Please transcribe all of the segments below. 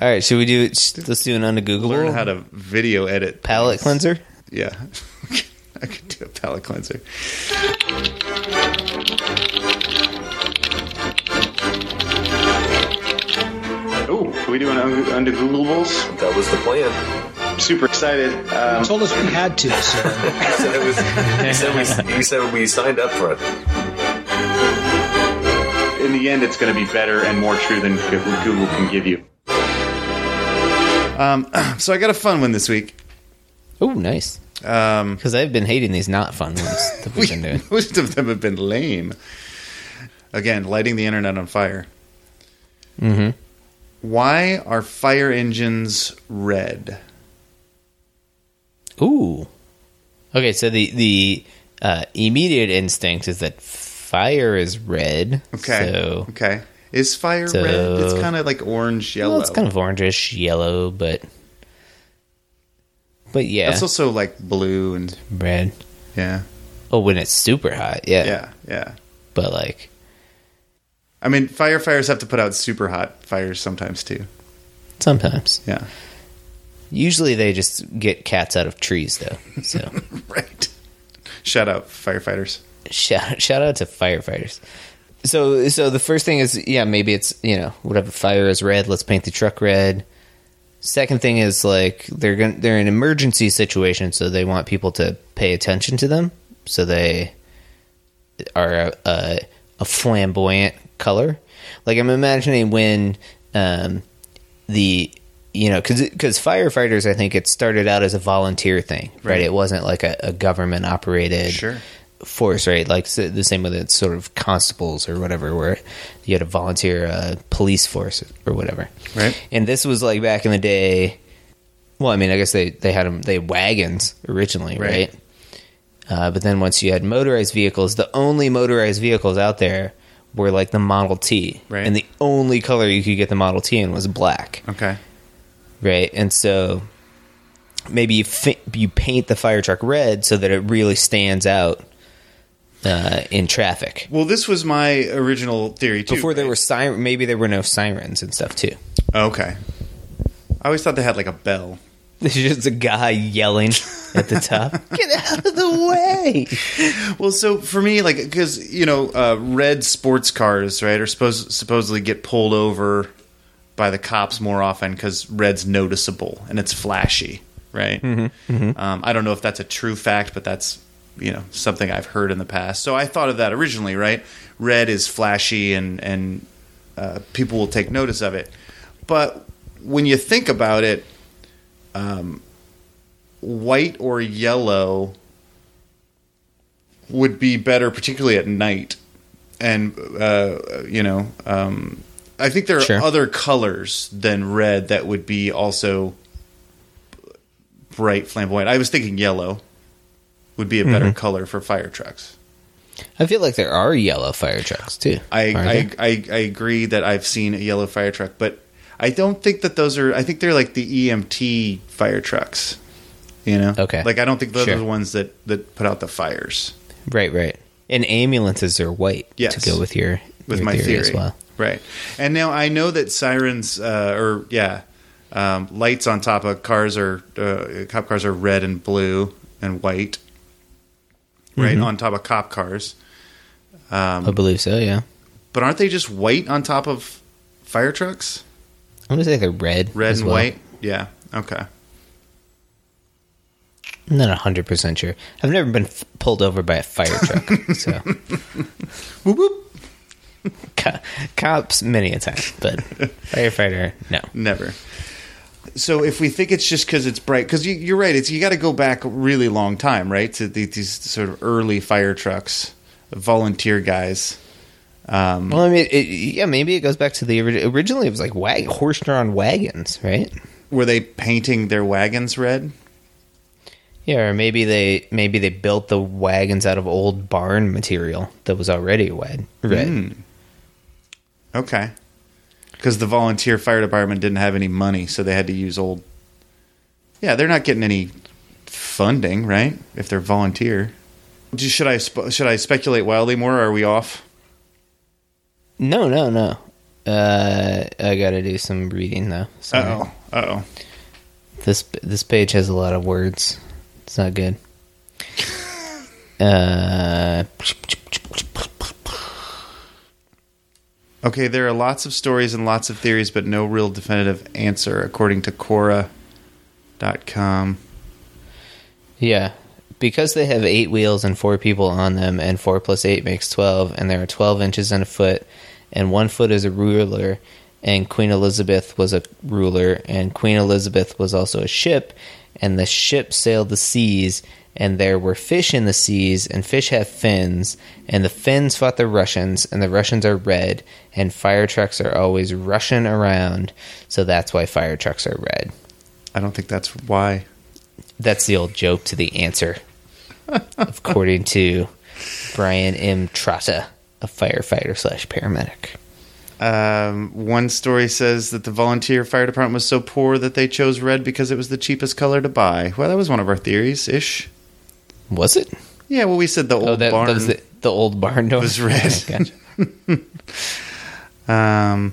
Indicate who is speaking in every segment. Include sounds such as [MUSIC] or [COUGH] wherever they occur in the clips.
Speaker 1: All right, should we do? Let's do an ungoogleable.
Speaker 2: Learn how to video edit.
Speaker 1: palate cleanser.
Speaker 2: Yeah. [LAUGHS] I could do a palate cleanser.
Speaker 3: Oh, we doing un- under Googleables?
Speaker 4: That was the plan.
Speaker 3: I'm super excited. Um,
Speaker 5: told us we had to. So.
Speaker 4: He said, it was, he said, we, he said we signed up for it.
Speaker 3: in the end, it's going to be better and more true than Go- Google can give you.
Speaker 2: Um, so I got a fun one this week.
Speaker 1: Oh, nice.
Speaker 2: Um,
Speaker 1: Because I've been hating these not fun ones that we've
Speaker 2: [LAUGHS]
Speaker 1: been doing.
Speaker 2: most of them have been lame. Again, lighting the internet on fire.
Speaker 1: Mhm.
Speaker 2: Why are fire engines red?
Speaker 1: Ooh. Okay, so the the uh, immediate instinct is that fire is red.
Speaker 2: Okay.
Speaker 1: So
Speaker 2: okay. Is fire
Speaker 1: So-
Speaker 2: red? It's kind of like orange yellow.
Speaker 1: well, it's kind of orangish yellow, but but yeah,
Speaker 2: That's also like blue and
Speaker 1: red.
Speaker 2: yeah,
Speaker 1: Oh, when it's super hot, yeah.
Speaker 2: yeah, yeah.
Speaker 1: But like,
Speaker 2: I mean, firefighters have to put out super hot fires sometimes too.
Speaker 1: Sometimes.
Speaker 2: Yeah, [LAUGHS]
Speaker 1: Usually they just get cats out of trees though. So
Speaker 2: right. Shout out firefighters.
Speaker 1: shout [LAUGHS] shout out to firefighters. So so the first thing is yeah, maybe it's you know, whatever fire is red, let's paint the truck red. Second thing is like they're going to they're in an emergency situation, so they want people to pay attention to them. So they are a, a, a flamboyant color. Like I'm imagining when um, the you know because firefighters i think it started out as a volunteer thing right,
Speaker 2: Right.
Speaker 1: it wasn't like a, a government operated
Speaker 2: Sure.
Speaker 1: force right like s the same way that sort of constables or whatever where you had a volunteer uh, police force or whatever
Speaker 2: Right.
Speaker 1: and this was like back in the day well i mean i guess they they had them they had wagons originally
Speaker 2: Right.
Speaker 1: right uh, but then once you had motorized vehicles, the only motorized vehicles out there were like the Model T,
Speaker 2: Right.
Speaker 1: and the only color you could get the Model T in was black,
Speaker 2: Okay.
Speaker 1: right? And so maybe you fi- you paint the fire truck red so that it really stands out uh, in traffic.
Speaker 2: Well, this was my original theory too.
Speaker 1: Before there
Speaker 2: right?
Speaker 1: were siren, maybe there were no sirens and stuff too. [LAUGHS]
Speaker 2: Okay. I always thought they had like a bell.
Speaker 1: There's just a guy yelling at the
Speaker 2: [LAUGHS]
Speaker 1: top, "Get out of the way!"
Speaker 2: Well, so for me, like, because you know, uh, red sports cars, right, are supposed supposedly get pulled over by the cops more often because red's noticeable and it's flashy, right?
Speaker 1: Mm-hmm.
Speaker 2: Um, I don't know if that's a true fact, but that's you know something I've heard in the past. So I thought of that originally, right? Red is flashy and and uh, people will take notice of it, but when you think about it, um, white or yellow would be better, particularly at night. And uh, you know, um, I think there are
Speaker 1: Sure.
Speaker 2: other colors than red that would be also bright, flamboyant. I was thinking yellow would be a better color for fire trucks.
Speaker 1: I feel like there are yellow fire trucks too.
Speaker 2: I
Speaker 1: aren't
Speaker 2: I,
Speaker 1: there?
Speaker 2: I I agree that I've seen a yellow fire truck, but I don't think that those are. I think they're like the EMT fire trucks. You know,
Speaker 1: Okay.
Speaker 2: Like I don't think those
Speaker 1: Sure.
Speaker 2: are the ones that that put out the fires.
Speaker 1: Right, right. And ambulances are white.
Speaker 2: Yes.
Speaker 1: To go with your
Speaker 2: with
Speaker 1: your
Speaker 2: my theory,
Speaker 1: as well.
Speaker 2: Right. And now I know that sirens, uh, or yeah, um, lights on top of cars are uh, cop cars are red and blue and white. Right
Speaker 1: Mm-hmm.
Speaker 2: on top of cop cars, Um,
Speaker 1: I believe so. Yeah.
Speaker 2: but aren't they just white on top of fire trucks?
Speaker 1: I'm gonna say they're red.
Speaker 2: Red
Speaker 1: as
Speaker 2: and
Speaker 1: well.
Speaker 2: white. Yeah. Okay.
Speaker 1: I'm not hundred percent sure. I've never been f- pulled over by a fire truck, so
Speaker 2: Whoop whoop.
Speaker 1: co- cops many a time, but firefighter no.
Speaker 2: Never. So if we think it's just because it's bright, because you, you're right, it's you got to go back a really long time, right? To the, these sort of early fire trucks, volunteer guys.
Speaker 1: Well, I mean, it, yeah, maybe it goes back to the ori- originally. It was like wag- horse-drawn wagons, right?
Speaker 2: were they painting their wagons red?
Speaker 1: Yeah, or maybe they maybe they built the wagons out of old barn material that was already wed- red.
Speaker 2: Okay. Because the volunteer fire department didn't have any money, so they had to use old. Yeah, they're not getting any funding, right? If they're volunteer, Do- should I sp- should I speculate wildly more? Or are we off?
Speaker 1: No, no, no. Uh, I gotta do some reading though. Sorry.
Speaker 2: Uh oh. Uh oh.
Speaker 1: This this page has a lot of words. It's not good. [LAUGHS] Uh,
Speaker 2: Okay, there are lots of stories and lots of theories, but no real definitive answer, according to Quora.com.
Speaker 1: yeah, because they have eight wheels and four people on them, and four plus eight makes twelve, and there are twelve inches in a foot, and one foot is a ruler, and Queen Elizabeth was a ruler, and Queen Elizabeth was also a ship, and the ship sailed the seas, and there were fish in the seas, and fish have fins, and the Finns fought the Russians, and the Russians are red, and fire trucks are always rushing around, so that's why fire trucks are red.
Speaker 2: I don't think that's why.
Speaker 1: That's the old joke to the
Speaker 2: [LAUGHS]
Speaker 1: answer, according to Brian M. Trotta, a firefighter slash paramedic.
Speaker 2: Um, one story says that the volunteer fire department was so poor that they chose red because it was the cheapest color to buy. Well, that was one of our theories ish.
Speaker 1: Was it?
Speaker 2: Yeah, well, we said the old
Speaker 1: oh, that,
Speaker 2: barn.
Speaker 1: that was the, the old barn door.
Speaker 2: was red.
Speaker 1: [LAUGHS] Gotcha.
Speaker 2: Um,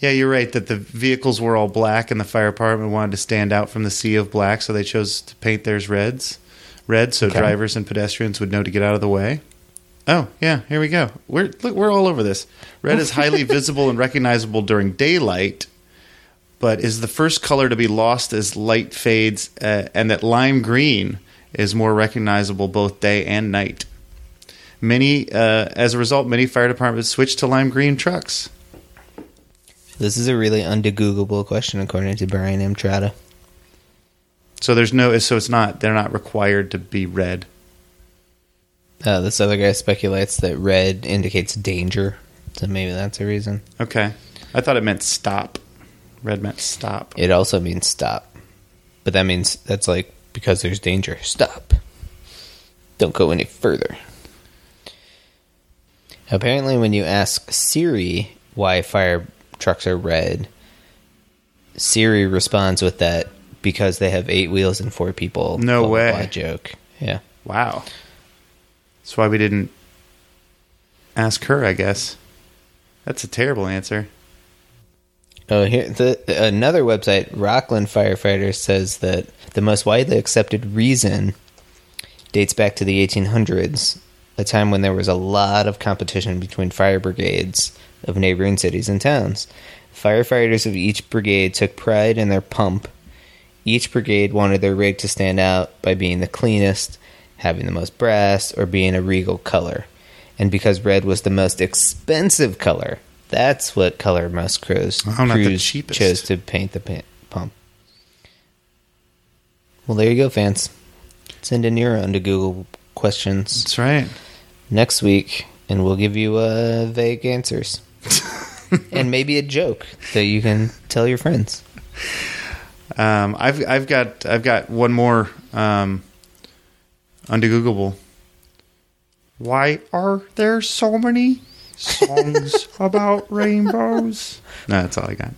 Speaker 2: yeah, you're right that the vehicles were all black, and the fire department wanted to stand out from the sea of black, so they chose to paint theirs reds, red, so drivers and pedestrians would know to get out of the way. Oh yeah, here we go. We're look, we're all over this. Red is highly visible and recognizable during daylight, but is the first color to be lost as light fades, uh, and that lime green is more recognizable both day and night. Many, uh, as a result, many fire departments switched to lime green trucks.
Speaker 1: This is a really undegooglable question, according to Brian M. Trotta.
Speaker 2: So there's no. So it's not. They're not required to be red.
Speaker 1: Uh, this other guy speculates that red indicates danger, so maybe that's a reason.
Speaker 2: Okay. I thought it meant stop. Red meant stop.
Speaker 1: It also means stop, but that means that's like because there's danger. Stop. Don't go any further. Apparently, when you ask Siri why fire trucks are red, Siri responds with that because they have eight wheels and four people.
Speaker 2: No way.
Speaker 1: joke. Yeah.
Speaker 2: Wow. That's why we didn't ask her. I guess. That's a terrible answer.
Speaker 1: Oh, here the another website, Rockland Firefighters, says that the most widely accepted reason dates back to the 1800s, a time when there was a lot of competition between fire brigades of neighboring cities and towns. Firefighters of each brigade took pride in their pump. Each brigade wanted their rig to stand out by being the cleanest, having the most brass, or being a regal color. And because red was the most expensive color, that's what color most crews,
Speaker 2: Oh, not the
Speaker 1: crews
Speaker 2: cheapest.
Speaker 1: chose to paint the pa- pump. Well, there you go, fans. Send in your own to Google questions
Speaker 2: That's right.
Speaker 1: next week, and we'll give you uh, vague answers. and maybe a joke that you can tell your friends.
Speaker 2: Um, I've I've got I've got one more um, undergoogleable. Why are there so many [LAUGHS] songs about rainbows? No, that's all I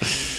Speaker 2: got.